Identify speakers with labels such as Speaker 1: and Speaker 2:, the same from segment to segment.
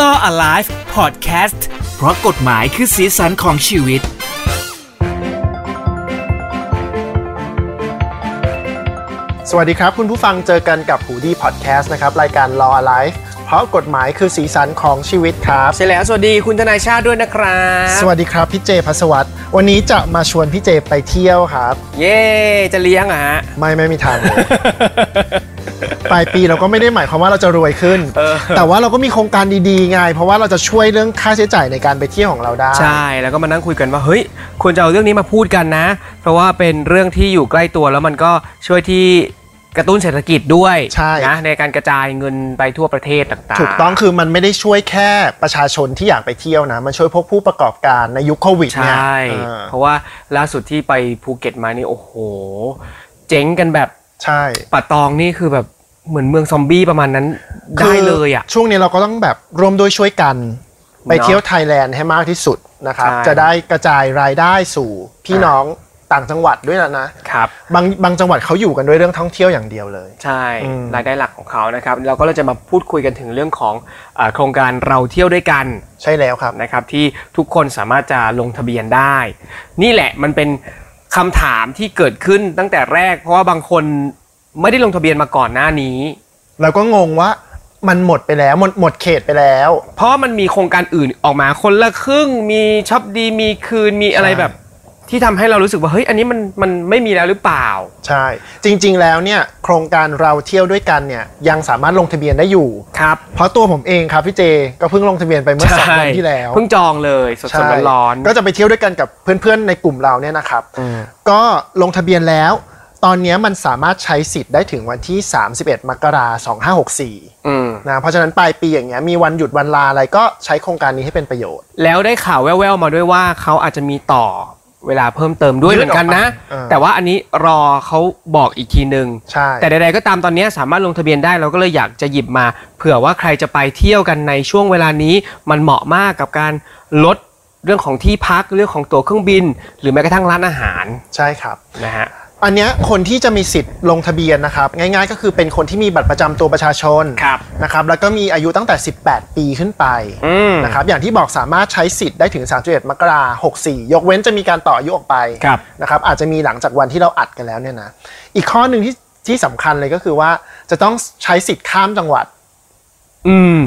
Speaker 1: Law Alive Podcast เพราะกฎหมายคือสีสันของชีวิต
Speaker 2: สวัสดีครับ คุณผู้ฟังเจอกันกับหูดีพอดแคสต์นะครับ รายการ Law Alive เพราะกฎหมายคือสีสันของชีวิตครับ
Speaker 3: ใช่แล้ว สวัสดีคุณทนายชาติด้วยนะครับ
Speaker 2: สวัสดีครับพี่เจพัสวัตรวันนี้จะมาชวนพี่เจไปเที่ยวครับ
Speaker 3: เย่จะเลี้ยงเหรอ่ะฮะ
Speaker 2: ไม่ไม่มี ทางเลย ปลายปีเราก็ไม่ได้หมายความว่าเราจะรวยขึ้น แต่ว่าเราก็มีโครงการดีๆไง เพราะว่าเราจะช่วยเรื่องค่าใช้จ่ายในการไปเที่ยวของเราได้
Speaker 3: ใช่แล้วก็มานั่งคุยกันว่า เฮ้ย ควรจะเอาเรื่องนี้มาพูดกันนะ เพราะว่าเป็นเรื่องที่อยู่ใกล้ตัวแล้วมันก็ช่วยที่กระตุ้นเศรษฐกิจด้วย
Speaker 2: ใช่
Speaker 3: นะในการกระจายเงินไปทั่วประเทศต่างๆ
Speaker 2: ถูกต้องคือมันไม่ได้ช่วยแค่ประชาชนที่อยากไปเที่ยวนะ มันช่วยพวกผู้ประกอบการในยุคโควิด
Speaker 3: ใช
Speaker 2: เนี่ย
Speaker 3: ่ เพราะว่าล่าสุดที่ไปภูเก็ตมานี่โอ้โห เจ๊งกันแบบ
Speaker 2: ใช่
Speaker 3: ป่าตองนี่คือแบบเหมือนเมืองซอมบี้ประมาณนั้นได้เลยอ่ะ
Speaker 2: คืช่วงนี้เราก็ต้องแบบร่วมด้วยช่วยกัน ไปเที่ยวไทยแลนด์ให้มากที่สุดนะครับ
Speaker 3: ใช่
Speaker 2: จะได้กระจายรายได้สู่พี่น้องต่างจังหวัดด้วยนะนะ
Speaker 3: ครับ
Speaker 2: บางบางจังหวัดเขาอยู่กันด้วยเรื่องท่องเที่ยวอย่างเดียวเลย
Speaker 3: ใช่
Speaker 2: อืม
Speaker 3: รายได้หลักของเขานะครับเราก็เลยจะมาพูดคุยกันถึงเรื่องของเออโครงการเราเที่ยวด้วยกัน
Speaker 2: ใช่แล้วครับ
Speaker 3: นะครับ ที่ทุกคนสามารถจะลงทะเบียนได้ นี่แหละมันเป็นคำถามที่เกิดขึ้นตั้งแต่แรก เพราะว่าบางคนไม่ได้ลงทะเบียนมาก่อนหน้านี้
Speaker 2: เราก็งงว่ามันหมดไปแล้วหมดหมดเขตไปแล้ว
Speaker 3: เพราะมันมีโครงการอื่นออกมาคนละครึ่งมีช็อปดีมีคืนมีอะไร
Speaker 2: ใช่
Speaker 3: แบบ ที่ทำให้เรารู้สึกว่าเฮ้ยอันนี้มันมันไม่มีแล้วหรือเปล่า
Speaker 2: ใช่ จริง ๆ แล้วเนี่ยโครงการเราเที่ยวด้วยกันเนี่ยยังสามารถลงทะเบียนได้อยู่
Speaker 3: ครับ
Speaker 2: เพราะตัวผมเองครับพี่เจก็เพิ่งลงทะเบียนไปเมื่อสองเดือนที่แล้ว
Speaker 3: เพิ่งจองเลยสด
Speaker 2: ใช่
Speaker 3: ๆร้อนๆ
Speaker 2: ก็จะไปเที่ยวด้วยกันกับเพื่อนๆในกลุ่มเราเนี่ยนะครับ ก็ลงทะเบียนแล้ว ตอนเนี้ยมันสามารถใช้สิทธิ์ได้ถึงวันที่ 31 มกราคม2564
Speaker 3: อืม
Speaker 2: นะเพราะฉะนั้นปลายปีอย่างเงี้ยมีวันหยุดวันลาอะไรก็ใช้โครงการนี้ให้เป็นประโยชน์
Speaker 3: แล้วได้ข่าวแว่วๆมาด้วยว่าเขาอาจจะมีต่อเวลาเพิ่มเติมด้วย
Speaker 2: ยืด
Speaker 3: เหมือนกันนะ
Speaker 2: ออกไปเออ
Speaker 3: แต่ว่าอันนี้รอเขาบอกอีกทีนึง
Speaker 2: ใช่
Speaker 3: แต่ใดๆก็ตามตอนนี้สามารถลงทะเบียนได้เราก็เลยอยากจะหยิบมาเผื่อว่าใครจะไปเที่ยวกันในช่วงเวลานี้ มันเหมาะมากกับการลดเรื่องของที่พักเรื่องของตั๋วเครื่องบิน หรือแม้กระทั่งร้านอาหาร
Speaker 2: ใช่ครับ
Speaker 3: นะฮะ
Speaker 2: อันเนี้ยคนที่จะมีสิทธิ์ลงทะเบียนนะครับ ง่ายๆ ก็คือเป็นคนที่มีบัตรประจำตัวประชาชน
Speaker 3: ครับ
Speaker 2: นะครับแล้วก็มีอายุตั้งแต่ 18 ปีขึ้นไป
Speaker 3: อืม
Speaker 2: นะครับอย่างที่บอกสามารถใช้สิทธิ์ได้ถึง 31 มกราคม64 ยกเว้นจะมีการต่ออายุออกไป
Speaker 3: ครับ
Speaker 2: นะครับอาจจะมีหลังจากวันที่เราอัดกันแล้วเนี่ยนะอีกข้อหนึ่งที่ที่สำคัญเลยก็คือว่าจะต้องใช้สิทธิ์ข้ามจังหวัด
Speaker 3: อืม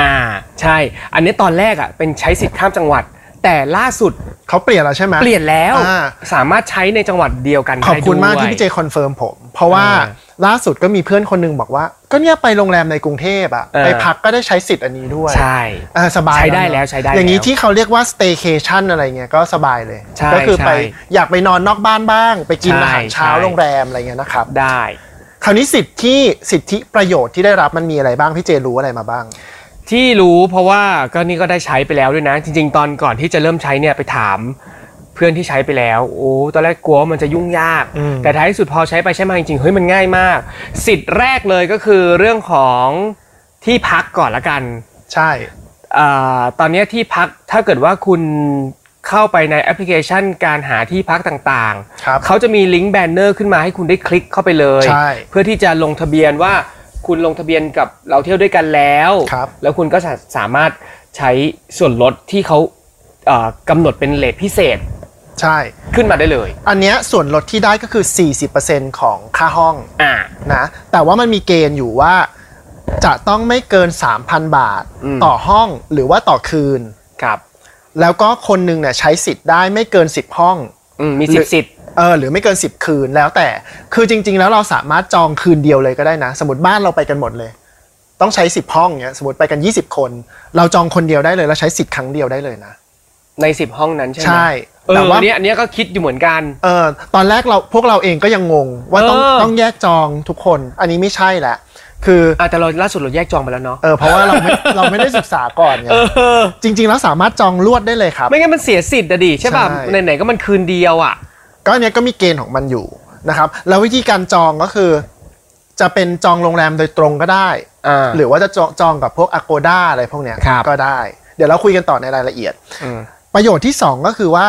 Speaker 3: อ่า ใช่ อันนี้ตอนแรกอ่ะเป็นใช้สิทธิ์ข้ามจังหวัด แต่ล่าสุด
Speaker 2: เขาเปลี่ยนแล้วใช่ไหม
Speaker 3: เปลี่ยนแล้ว
Speaker 2: อ่า
Speaker 3: สามารถใช้ในจังหวัดเดียวกันได้
Speaker 2: ขอบคุณมาก
Speaker 3: ด้วย
Speaker 2: ที่พี่เจคอนเฟิร์มผม เพราะว่า
Speaker 3: เออ
Speaker 2: ล่าสุดก็มีเพื่อนคนหนึงบอกว่า ก็เนี่ยไปโรงแรมในกรุงเทพอะ
Speaker 3: เออ
Speaker 2: ไปพักก็ได้ใช้สิทธิ์อันนี้ด้วย
Speaker 3: ใช่
Speaker 2: อ่าสบาย
Speaker 3: ใช้ได้
Speaker 2: นะ
Speaker 3: แล้วใช้ได้
Speaker 2: อย่างนี้
Speaker 3: แล้ว
Speaker 2: ที่เขาเรียกว่า staycation อะไรเงี้ยก็สบายเลย
Speaker 3: ใช่
Speaker 2: ก็คือ
Speaker 3: ใช่
Speaker 2: ไปอยากไปนอนนอกบ้านบ้าง ไปกิน
Speaker 3: ใช่
Speaker 2: อาหารเช้า
Speaker 3: ใช่
Speaker 2: โรงแรมอะไรเงี้ยนะครับ
Speaker 3: ได้
Speaker 2: คราวนี้สิทธิ์ที่สิทธิประโยชน์ที่ได้รับมันมีอะไรบ้างพี่เจรู้อะไรมาบ้าง
Speaker 3: ที่รู้เพราะว่าก็นี่ก็ได้ใช้ไปแล้วด้วยนะ จริง ๆ ตอนก่อนที่จะเริ่มใช้เนี่ยไปถาม เพื่อนที่ใช้ไปแล้ว โอ้ตอนแรกกลัวว่ามันจะยุ่งยาก
Speaker 2: อืม
Speaker 3: แต่ท้ายที่สุดพอใช้ไปใช้มาจริงๆเฮ้ยมันง่ายมาก สิทธิ์แรกเลยก็คือเรื่องของที่พักก่อนละกัน
Speaker 2: ใช่
Speaker 3: อาตอนเนี้ยที่พักถ้าเกิดว่าคุณเข้าไปในแอปพลิเคชันการหาที่พักต่าง
Speaker 2: ครับ
Speaker 3: ๆ เขาจะมีลิงก์แบนเนอร์ขึ้นมาให้คุณได้คลิกเข้าไปเลย
Speaker 2: ใช่
Speaker 3: เพื่อที่จะลงทะเบียนว่าคุณลงทะเบียนกับเราเที่ยวด้วยกันแล้ว
Speaker 2: ครับ
Speaker 3: แล้วคุณก็สาสามารถใช้ส่วนลดที่เขาเอ่อกำหนดเป็นเลทพิเศษ
Speaker 2: ใช่
Speaker 3: ขึ้นมาได้เลย
Speaker 2: อันเนี้ยส่วนลดที่ได้ก็คือ 40%ของค่าห้อง
Speaker 3: อ่า
Speaker 2: นะ แต่ว่ามันมีเกณฑ์อยู่ว่าจะต้องไม่เกิน 3,000 บาท
Speaker 3: อืม
Speaker 2: ต่อห้องหรือว่าต่อคืน
Speaker 3: ครับ
Speaker 2: แล้วก็คนหนึ่งเนี่ยใช้สิทธิ์ได้ไม่เกิน 10 ห้อง
Speaker 3: อืมมี
Speaker 2: หรื
Speaker 3: สิทธิ์สิท
Speaker 2: อ
Speaker 3: ธิ์
Speaker 2: เออหรือไม่เกิน 10 คืนแล้วแต่ คือจริง ๆ แล้วเราสามารถจองคืนเดียวเลยก็ได้นะ สมมติบ้านเราไปกันหมดเลย ต้องใช้ 10 ห้องเนี่ยสมมติไปกัน 20 คน เราจองคนเดียวได้เลยแล้วใช้สิทธิ์ครั้งเดียวได้เลยนะ
Speaker 3: ใน 10 ห้องนั้นใช่ไหม
Speaker 2: ใช่
Speaker 3: เอ
Speaker 2: แต่
Speaker 3: อ
Speaker 2: ว่า
Speaker 3: เนี้ยอันเนี้ยก็คิดอยู่เหมือนกัน
Speaker 2: เออตอนแรกเราพวกเราเองก็ยังงง ว่าต้อง
Speaker 3: เออ
Speaker 2: ต้องแยกจองทุกคน อันนี้ไม่ใช่แหละ คือ
Speaker 3: อ่ะแต่เราล่าสุดเราแยกจองไปแล้วเนาะ
Speaker 2: เออเพราะว่าเราไม่ เราไม่ได้ศึกษาก่อนไง
Speaker 3: เออ
Speaker 2: จริง ๆ แล้วสามารถจองลวดได้เลยครับ
Speaker 3: ไม่งั้นมันเสียสิทธิ์อะดิใช่ป่ะ
Speaker 2: ใช่
Speaker 3: ไหนๆก็มันคืนเดียวอ่ะ
Speaker 2: ก็อันเนี้ยก็มีเกณฑ์ของมันอยู่นะครับ แล้ววิธีการจองก็คือ จะเป็นจองโรงแรมโดยตรงก็ได้ หรือว่าจะจองจองกับพวก Agoda อะไรพวกเนี้ย
Speaker 3: ครับ
Speaker 2: ก็ได้ เดี๋ยวเราคุยกันต่อในรายละเอียด ประโยชน์ที่สองก็คือว่า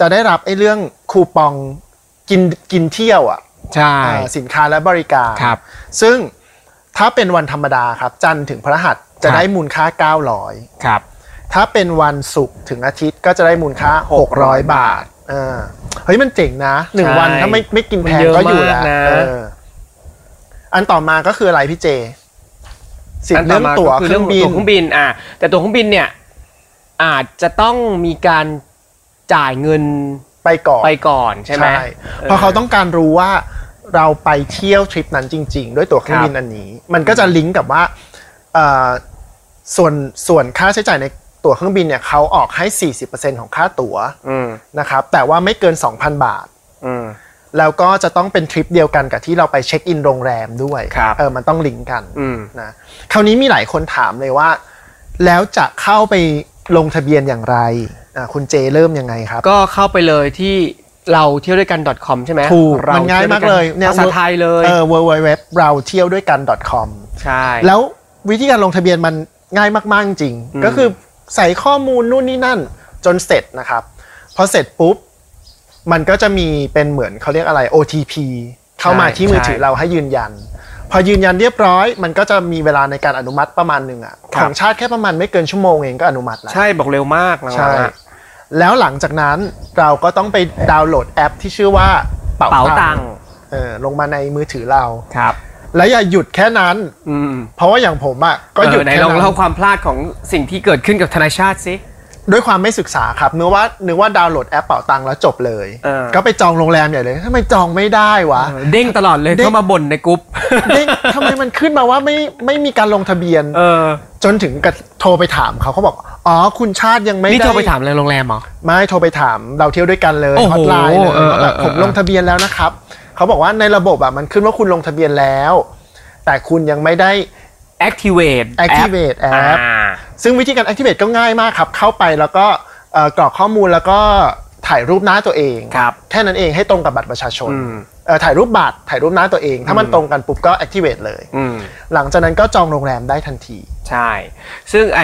Speaker 2: จะได้รับไอ้เรื่องคูปองกินกินเที่ยวอ่ะ
Speaker 3: ใช่
Speaker 2: อ่าสินค้าและบริการ
Speaker 3: ครับ
Speaker 2: ซึ่งถ้าเป็นวันธรรมดาครับ จันทร์ถึงพระหัส
Speaker 3: ค
Speaker 2: จะ
Speaker 3: รับ
Speaker 2: ได้มูลค่า 900
Speaker 3: ครับ
Speaker 2: ถ้าเป็นวันศุกร์ถึงอาทิตย์ก็จะได้มูลค่า 600 บาทเออเฮ้ยมันเจ๋งนะหนึ่ง
Speaker 3: ใช่
Speaker 2: วันถ้าไม่ไม่กินแพง
Speaker 3: มันเยอะ
Speaker 2: ก็อยู่แล้
Speaker 3: มาว กนะ
Speaker 2: เอออันต่อมาก็คืออะไรพี่เจ สิทธิ์เรื่องตั๋ว
Speaker 3: คื
Speaker 2: เครื่องบิ
Speaker 3: ตั๋
Speaker 2: น
Speaker 3: วเครื่องบินอ่ะแต่ตั๋วเครื่องบินเนี่ยอาจจะต้องมีการจ่ายเงิน
Speaker 2: ไปก่อน
Speaker 3: ไปก่อนใช่ไหม
Speaker 2: เพราะเขาต้องการรู้ว่าเราไปเที่ยวทริปนั้นจริง ๆ ด้วยตั๋วเครื่องบินอันนี้ มันก็จะลิงก์กับว่าเอ่อส่วนส่วนค่าใช้จ่ายในตั๋วเครื่องบินเนี่ยเขาออกให้ 40%ของค่าตั๋ว
Speaker 3: อืม
Speaker 2: นะครับ แต่ว่าไม่เกิน 2,000 บาท
Speaker 3: อืม
Speaker 2: แล้วก็จะต้องเป็นทริปเดียวกันกับที่เราไปเช็คอินโรงแรมด้วย
Speaker 3: ครับ
Speaker 2: เออมันต้องลิงก์กัน
Speaker 3: อืม
Speaker 2: นะคราวนี้มีหลายคนถามเลยว่า แล้วจะเข้าไปลงทะเบียนอย่างไรอ่ะคุณเจเริ่มยังไงครับ
Speaker 3: ก็เข้าไปเลยที่เราเที่ยวด้วยกัน .com ใช่ไหม
Speaker 2: ถูก
Speaker 3: เร
Speaker 2: มันง่ายมากเลยเนี่ย
Speaker 3: ภาษาไทยเลย
Speaker 2: เออ www เราเที่ยวด้วยกัน .com
Speaker 3: ใช่แล้ว
Speaker 2: แล้ววิธีการลงทะเบียนมันง่ายมาก ๆ จริง
Speaker 3: อืม
Speaker 2: ก็คือใส่ข้อมูลนู่นนี่นั่นจนเสร็จนะครับ พอเสร็จปุ๊บ มันก็จะมีเป็นเหมือนเขาเรียกอะไร OTP เข้ามาที่มือถือเราให้ยืนยัน พอยืนยันเรียบร้อย มันก็จะมีเวลาในการอนุมัติประมาณหนึ่งอะของชาติแค่ประมาณไม่เกินชั่วโมงเองก็อนุมัติแล้ว
Speaker 3: ใช่บอกเร็วมากนะ
Speaker 2: ใช่ แล้วหลังจากนั้นเราก็ต้องไปดาวน์โหลดแอปที่ชื่อว่าเป๋า
Speaker 3: เป๋า
Speaker 2: ตั
Speaker 3: ตั
Speaker 2: ง
Speaker 3: ง
Speaker 2: ค์
Speaker 3: ค์
Speaker 2: เออลงมาในมือถือเรา
Speaker 3: ครับ
Speaker 2: แล้วอย่าหยุดแค่นั้น
Speaker 3: อืม
Speaker 2: เพราะว่าอย่างผมอ่ะก็หยุด
Speaker 3: เไหน
Speaker 2: แค่
Speaker 3: ลอง
Speaker 2: นั้น
Speaker 3: เล่าความพลาดของสิ่งที่เกิดขึ้นกับธนาชาติสิ
Speaker 2: ด้วยความไม่ศึกษาครับนึกว่านึกว่าดาวน์โหลดแอปเป่าตังค์แล้วจบเลย
Speaker 3: เออ
Speaker 2: ก็ไปจองโรงแรมใหญ่เลยทำไมจองไม่ได้วะ
Speaker 3: เด้งตลอดเลย
Speaker 2: เด้ง
Speaker 3: เข้ามาบ่นในกรุ๊ป
Speaker 2: เด้งทำไมมันขึ้นมาว่าไม่ไม่มีการลงทะเบียน
Speaker 3: เออ
Speaker 2: จนถึงกับโทรไปถามเขาเขาบอก อ๋อ คุณชาติยังไม่
Speaker 3: นี่
Speaker 2: ได้
Speaker 3: โทรไปถามเลยโรงแรมเหรอ
Speaker 2: ไม่โทรไปถามเราเที่ยวด้วยกันเลย
Speaker 3: โอ้โห
Speaker 2: ฮอตไลน์เลย
Speaker 3: เออ
Speaker 2: ว่าแบบ
Speaker 3: เออเออ
Speaker 2: ผมลงทะเบียนแล้วนะครับเขาบอกว่าในระบบอ่ะมันขึ้นว่าคุณลงทะเบียนแล้ว แต่คุณยังไม่ได้
Speaker 3: activate
Speaker 2: activate แอป
Speaker 3: อ่า
Speaker 2: ซึ่งวิธีการ activate ก็ง่ายมากครับ เข้าไปแล้วก็เอ่อกรอกข้อมูลแล้วก็ถ่ายรูปหน้าตัวเอง
Speaker 3: ครับ
Speaker 2: แค่นั้นเองให้ตรงกับบัตรประชาชน
Speaker 3: อืม
Speaker 2: เอ่อถ่ายรูปบัตรถ่ายรูปหน้าตัวเอง ถ้ามันตรงกันปุ๊บก็ activate เลย
Speaker 3: อืม
Speaker 2: หลังจากนั้นก็จองโรงแรมได้ทันที
Speaker 3: ใช่ ซึ่งไอ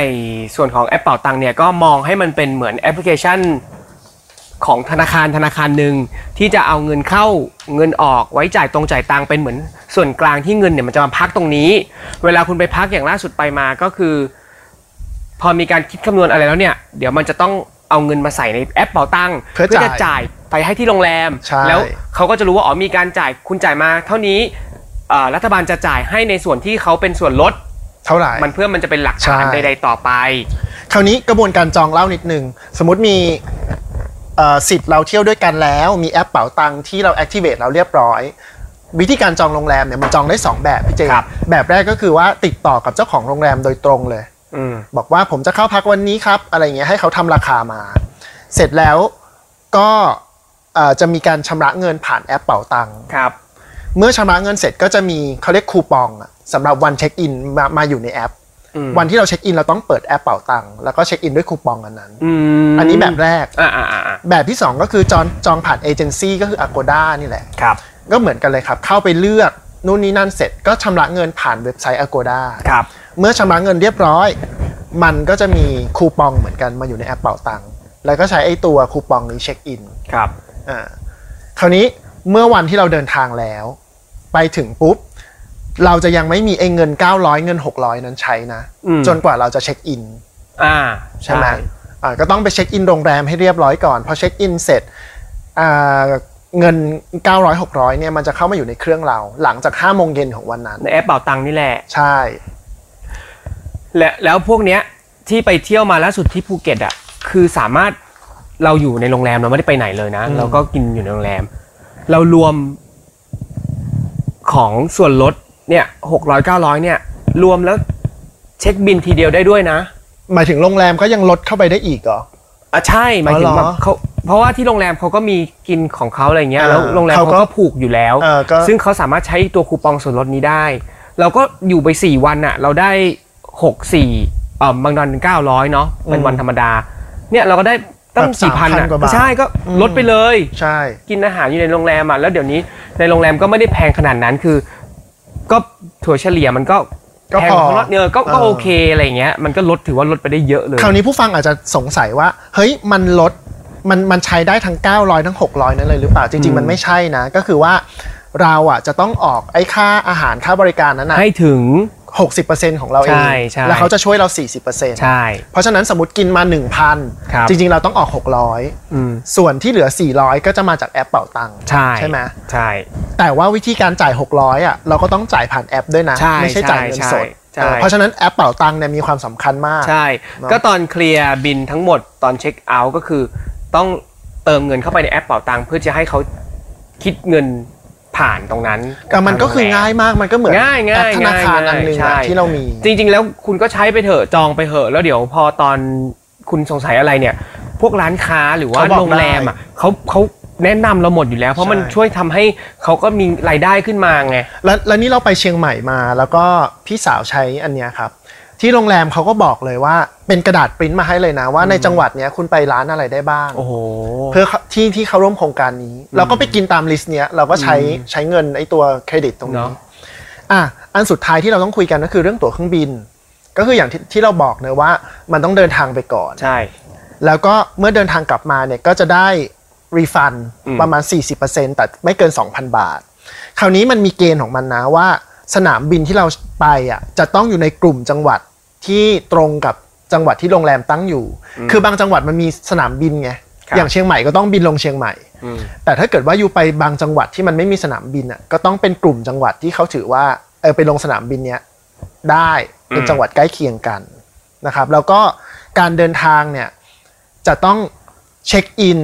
Speaker 3: ส่วนของแอปเป่าตังเนี่ยก็มองให้มันเป็นเหมือนแอปพลิเคชันของธนาคารธนาคารหนึ่งที่จะเอาเงินเข้าเงินออกไว้จ่ายตรงจ่ายตังเป็นเหมือนส่วนกลางที่เงินเนี่ยมันจะมาพักตรงนี้ เวลาคุณไปพักอย่างล่าสุดไปมาก็คือ พอมีการคิดคำนวณอะไรแล้วเนี่ย เดี๋ยวมันจะต้องเอาเงินมาใส่ในแอปเป่าตัง
Speaker 2: เพื่อ
Speaker 3: จะจ่ายไปให้ที่โรงแรม
Speaker 2: ใช่
Speaker 3: แล้วเขาก็จะรู้ว่าอ๋อมีการจ่ายคุณจ่ายมาเท่านี้อ่ารัฐบาลจะจ่ายให้ในส่วนที่เขาเป็นส่วนลด
Speaker 2: เท่าไหร่
Speaker 3: มันเพื่อมันจะเป็นหลักฐาน
Speaker 2: ใช่
Speaker 3: ใดๆต่อไป
Speaker 2: คราวนี้กระบวนการจองเล่านิดนึง สมมติมีเอ่อสิทธิ์เราเที่ยวด้วยกันแล้ว มีแอปเป๋าตังค์ที่เรา activate เราเรียบร้อย วิธีการจองโรงแรมเนี่ยมันจองได้สองแบบพี่เจ
Speaker 3: ครับ
Speaker 2: แบบแรกก็คือว่าติดต่อกับเจ้าของโรงแรมโดยตรงเลย
Speaker 3: อืม
Speaker 2: บอกว่าผมจะเข้าพักวันนี้ครับ อะไรเงี้ยให้เขาทำราคามา เสร็จแล้วก็เอ่อจะมีการชำระเงินผ่านแอปเป๋าตังค์
Speaker 3: ครับ
Speaker 2: เมื่อชำระเงินเสร็จก็จะมีเขาเรียกคูปองอะสำหรับวันเช็คอินมามาอยู่ในแอป
Speaker 3: อืม
Speaker 2: วันที่เราเช็คอินเราต้องเปิดแอปเป๋าตังค์แล้วก็เช็คอินด้วยคูปองอันนั้น
Speaker 3: อืม
Speaker 2: อันนี้แบบแรก
Speaker 3: อ่าอ่าอ่า
Speaker 2: แบบที่ 2 ก็คือจองจองผ่านเอเจนซี่ก็คือ Agoda นี่แหละ
Speaker 3: ครับ
Speaker 2: ก็เหมือนกันเลยครับ เข้าไปเลือกนู่นนี่นั่นเสร็จก็ชำระเงินผ่านเว็บไซต์ Agoda
Speaker 3: ครับ
Speaker 2: เมื่อชำระเงินเรียบร้อย มันก็จะมีคูปองเหมือนกันมาอยู่ในแอปเป่าตังค์แล้วก็ใช้ไอ้ตัวคูปองนี้เช็คอิน
Speaker 3: ครับ
Speaker 2: อ่าคราวนี้เมื่อวันที่เราเดินทางแล้ว ไปถึงปุ๊บ เราจะยังไม่มีไอ้เงิน 900 เงิน 600 นั้นใช้นะ
Speaker 3: อืม
Speaker 2: จนกว่าเราจะเช็คอิน
Speaker 3: อ่า
Speaker 2: ใช่ไหมอ่าก็ต้องไปเช็คอินโรงแรมให้เรียบร้อยก่อน พอเช็คอินเสร็จอ่าเงิน 900 600 เนี่ยมันจะเข้ามาอยู่ในเครื่องเรา หลังจาก5โมงเย็นของวันนั้น
Speaker 3: ในแอปเป่าตังค์นี่แหละ
Speaker 2: ใช่
Speaker 3: และแล้วพวกเนี้ยที่ไปเที่ยวมาล่าสุดที่ภูเก็ตอ่ะ คือสามารถเราอยู่ในโรงแรมเราไม่ได้ไปไหนเลยนะ
Speaker 2: อืม
Speaker 3: เราก็กินอยู่ในโรงแรม เรารวมของส่วนลดเนี่ยหกร้อยเก้าร้อยเนี่ย รวมแล้วเช็คบินทีเดียวได้ด้วยนะ
Speaker 2: หมายถึงโรงแรมก็ยังลดเข้าไปได้อีกเหรอ
Speaker 3: อ่ะใช่หมายถึง
Speaker 2: อ๋อเหรอ
Speaker 3: แบบเขาเพราะว่าที่โรงแรมเขาก็มีกินของเขาอะไรเงี้ย
Speaker 2: อ่า
Speaker 3: แล้วโรงแรมเขา
Speaker 2: เขาก็
Speaker 3: ก็ผูกอยู่แล้ว
Speaker 2: เออก็
Speaker 3: ซึ่งเขาสามารถใช้ตัวคูปองส่วนลดนี้ได้ เราก็อยู่ไป 4 วันอ่ะ เราได้หกสี่เอ่อบางวันเก้าร้อยเนาะเป็นวันธรรมดา เนี่ยเราก็ได้ตั้ง
Speaker 2: แบบ
Speaker 3: สี่พัน
Speaker 2: 3,000
Speaker 3: อ่ะ
Speaker 2: กว่าบาท
Speaker 3: ใช่ก็ลดไปเลย
Speaker 2: ใช่
Speaker 3: กินอาหารอยู่ในโรงแรมอ่ะแล้วเดี๋ยวนี้ในโรงแรมก็ไม่ได้แพงขนาดนั้นคือ ก็ถั่วเฉลี่ยมันก็
Speaker 2: ก็
Speaker 3: แพง
Speaker 2: พอ
Speaker 3: ของเราเนี่ยก็ก็
Speaker 2: เออ
Speaker 3: โอเคอะไรเงี้ยมันก็ลดถือว่าลดไปได้เยอะเลย
Speaker 2: คราวนี้ผู้ฟังอาจจะสงสัยว่า เฮ้ยมันลดมันมันใช้ได้ทั้ง 900 ทั้ง 600 นั่นเลยหรือเปล่าจริง ๆ มันไม่ใช่นะ ก็คือว่าเราอ่ะจะต้องออกไอ้ค่าอาหารค่าบริการนั้นนะ
Speaker 3: ให้ถึง
Speaker 2: 60%ของเราเอง
Speaker 3: ใช่ใช่
Speaker 2: แล้วเขาจะช่วยเรา 40%
Speaker 3: ใช่
Speaker 2: เพราะฉะนั้นสมมติกินมา
Speaker 3: ครับ
Speaker 2: 1,000 จริงๆ เราต้องออก 600
Speaker 3: อืม
Speaker 2: ส่วนที่เหลือ 400 ก็จะมาจากแอปเป่าตังค์
Speaker 3: ใช่
Speaker 2: ใช่ไหม
Speaker 3: ใช่
Speaker 2: แต่ว่าวิธีการจ่าย 600อ่ะเราก็ต้องจ่ายผ่านแอปด้วยนะ
Speaker 3: ใช่
Speaker 2: ไม่ใช่จ่ายเงินสด
Speaker 3: ใช่
Speaker 2: เอ
Speaker 3: ใช่
Speaker 2: อเพราะฉะนั้นแอปเป่าตังค์เนี่ยมีความสำคัญมาก
Speaker 3: ใช่
Speaker 2: เนอะ
Speaker 3: ก็ตอนเคลียร์บินทั้งหมดตอนเช็คเอาท์ก็คือ ต้องเติมเงินเข้าไปในแอปเป๋าตังค์เพื่อจะให้เขาคิดเงินผ่านตรงนั้น
Speaker 2: แต่มันก็คื
Speaker 3: ท
Speaker 2: อ
Speaker 3: โรแร
Speaker 2: ง่ายมากมันก็เหมือน
Speaker 3: ง่ายๆ
Speaker 2: แอปธนาคาร
Speaker 3: ง่ายๆ
Speaker 2: อันหนึง
Speaker 3: ใช่
Speaker 2: อะที่เรามี
Speaker 3: จริงๆ แล้วคุณก็ใช้ไปเถอะจองไปเถอะแล้วเดี๋ยวพอตอนคุณสงสัยอะไรเนี่ย พวกร้านค้าหรือว่า
Speaker 2: เขาบอก
Speaker 3: โรงแรมอ่ะเขาเขาแนะนำเราหมดอยู่แล้ว เพราะมัน
Speaker 2: ใช่
Speaker 3: ช่วยทำให้เขาก็มีรายได้ขึ้นมาไง
Speaker 2: แล้วแล้วนี่เราไปเชียงใหม่มาแล้วก็พี่สาวใช้อันเนี้ยครับ ที่โรงแรมเขาก็บอกเลยว่าเป็นกระดาษปริ้นมาให้เลยนะ ว่าในจังหวัดเนี้ยคุณไปร้านอะไรได้บ้าง
Speaker 3: โอ้โห
Speaker 2: เพื่อที่ที่เข้าร่วมโครงการนี้ เราก็ไปกินตามลิสต์เนี้ยเราก็ใช้ใช้เงินไอ้ตัวเครดิตตรงนี้
Speaker 3: เนาะ
Speaker 2: อ่ะอันสุดท้ายที่เราต้องคุยกันก็คือเรื่องตั๋วเครื่องบิน ก็คืออย่างที่ที่เราบอกเนะว่ามันต้องเดินทางไปก่อน
Speaker 3: ใช่
Speaker 2: แล้วก็เมื่อเดินทางกลับมาเนี่ยก็จะได้รีฟัน
Speaker 3: อืม
Speaker 2: ประมาณ 40%แต่ไม่เกิน 2,000 บาท คราวนี้มันมีเกณฑ์ของมันนะว่า สนามบินที่เราไปอ่ะจะต้องอยู่ในกลุ่มจังหวัดที่ตรงกับจังหวัดที่โรงแรมตั้งอยู่ คือบางจังหวัดมันมีสนามบินไงอย่างเชียงใหม่ก็ต้องบินลงเชียงใหม่
Speaker 3: อืม
Speaker 2: แต่ถ้าเกิดว่าอยู่ไปบางจังหวัดที่มันไม่มีสนามบินอ่ะก็ต้องเป็นกลุ่มจังหวัดที่เขาถือว่าเออไปลงสนามบินเนี้ยได้เป็น
Speaker 3: อืม
Speaker 2: จังหวัดใกล้เคียงกันนะครับ แล้วก็การเดินทางเนี่ยจะต้องเช็คอิน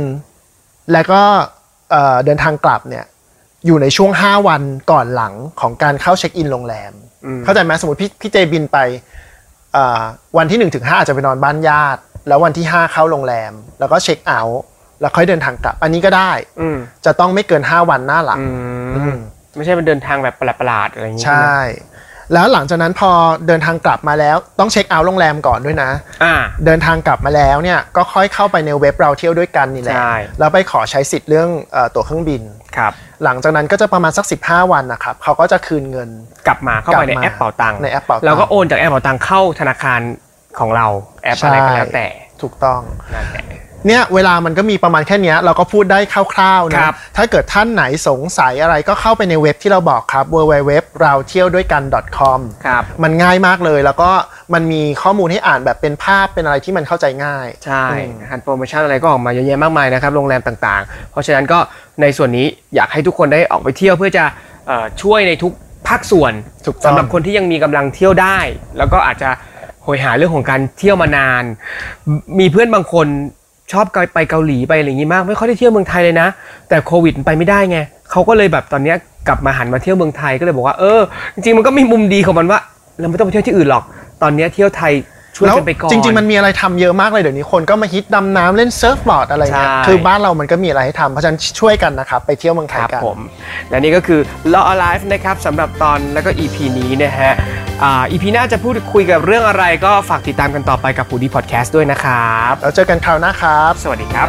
Speaker 2: แล้วก็เอ่อเดินทางกลับเนี่ยอยู่ในช่วง 5 วันก่อนหลังของการเข้าเช็คอินโรงแรม
Speaker 3: อืม
Speaker 2: เข้าใจไหมสมมติพี่พี่เจบินไปเอ่อวันที่1นถึงหอาจจะไปนอนบ้านญาติ แล้ววันที่ 5 เข้าโรงแรม แล้วก็เช็คเอาท์แล้วค่อยเดินทางกลับ อันนี้ก็ได้
Speaker 3: อืม
Speaker 2: จะต้องไม่เกิน 5 วันหน้าหลัง
Speaker 3: อื
Speaker 2: อื
Speaker 3: ม
Speaker 2: ม
Speaker 3: ไม่ใช่มันเดินทางแบบประหลาดๆอะไรอย่างงี้
Speaker 2: ใช่ แล้วหลังจากนั้นพอเดินทางกลับมาแล้วต้องเช็คเอาท์โรงแรมก่อนด้วยนะ
Speaker 3: อ่า
Speaker 2: เดินทางกลับมาแล้วเนี่ยก็ค่อยเข้าไปในเว็บเราเที่ยวด้วยกันนี่แหละ
Speaker 3: ใช่
Speaker 2: แล้วไปขอใช้สิทธิ์เรื่องเอ่อตั๋วเครื่องบิน
Speaker 3: ครับ
Speaker 2: หลังจากนั้นก็จะประมาณสัก 15 วันนะครับเขาก็จะคืนเงิน
Speaker 3: กลับมาเข้าไปใน
Speaker 2: กลับมา
Speaker 3: แอปเป่าตังค์
Speaker 2: ในแอปเป๋าตังค์
Speaker 3: เราก็โอนจากแอปเป่าตังค์เข้าธนาคารของเราแอปอะไรก็แล้ว
Speaker 2: ใช่
Speaker 3: แต่
Speaker 2: ถูกต้อง
Speaker 3: นั่นแหละ
Speaker 2: เนี่ยเวลามันก็มีประมาณแค่เนี้ยเราก็พูดได้คร่าว
Speaker 3: ค
Speaker 2: ๆ
Speaker 3: รั
Speaker 2: นะ
Speaker 3: บ
Speaker 2: ถ้าเกิดท่านไหนสงสัยอะไรก็เข้าไปในเว็บที่เราบอกครับ www เราเที่ยวด้วยกัน .com
Speaker 3: ครับ
Speaker 2: มันง่ายมากเลยแล้วก็มันมีข้อมูลให้อ่านแบบเป็นภาพเป็นอะไรที่มันเข้าใจง่าย
Speaker 3: ใช่
Speaker 2: อืม
Speaker 3: หันโปรโมชั่นอะไรก็ออกมาเยอะแยะมากมายนะครับ โรงแรมต่างๆ เพราะฉะนั้นก็ในส่วนนี้อยากให้ทุกคนได้ออกไปเที่ยวเพื่อจะเอ่อช่วยในทุกภาคส่วน
Speaker 2: ถูกต้อง
Speaker 3: สำหรับคนที่ยังมีกำลังเที่ยวได้ แล้วก็อาจจะโหยหาเรื่องของการเที่ยวมานาน มมีเพื่อนบางคนชอบไปเกาหลีไปอะไรอย่างงี้มาก ไม่ค่อยได้เที่ยวเมืองไทยเลยนะ แต่โควิดมันไปไม่ได้ไงเขาก็เลยแบบตอนเนี้ยกลับมาหันมาเที่ยวเมืองไทยก็เลยบอกว่าเออจริงๆมันก็มีมุมดีของมันว่า เราไม่ต้องไปเที่ยวที่อื่นหรอก ตอนเนี้ยเที่ยวไทยช่วย
Speaker 2: แล้ว
Speaker 3: กันไปก่อน
Speaker 2: จริงๆ มันมีอะไรทำเยอะมากเลยเดี๋ยวนี้คนก็มาฮิตดำน้ำเล่นเซิร์ฟบอร์ดอะไรเงี้ย
Speaker 3: ใช่
Speaker 2: คือบ้านเรามันก็มีอะไรให้ทำเพราะฉะนั้นช่วยกันนะครับไปเที่ยวเมืองไท
Speaker 3: ค
Speaker 2: ย
Speaker 3: รับ
Speaker 2: กัน
Speaker 3: ผม และนี่ก็คือ Law Alive นะครับสำหรับตอนแล้วก็ EP นี้นะฮะอ่า EP หน้าจะพูดคุยกับเรื่องอะไรก็ฝากติดตามกันต่อไปกับหูดีพอดแคสต์ด้วยนะครับ
Speaker 2: แล้วเจอกันคราวหน้าครับ
Speaker 3: สวัสดีครับ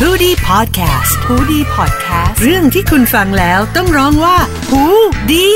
Speaker 4: h o ดี้พอดแคสต์ฮูดี้พอดแคสต์เรื่องที่คุณฟังแล้วต้องร้องว่าฮูดี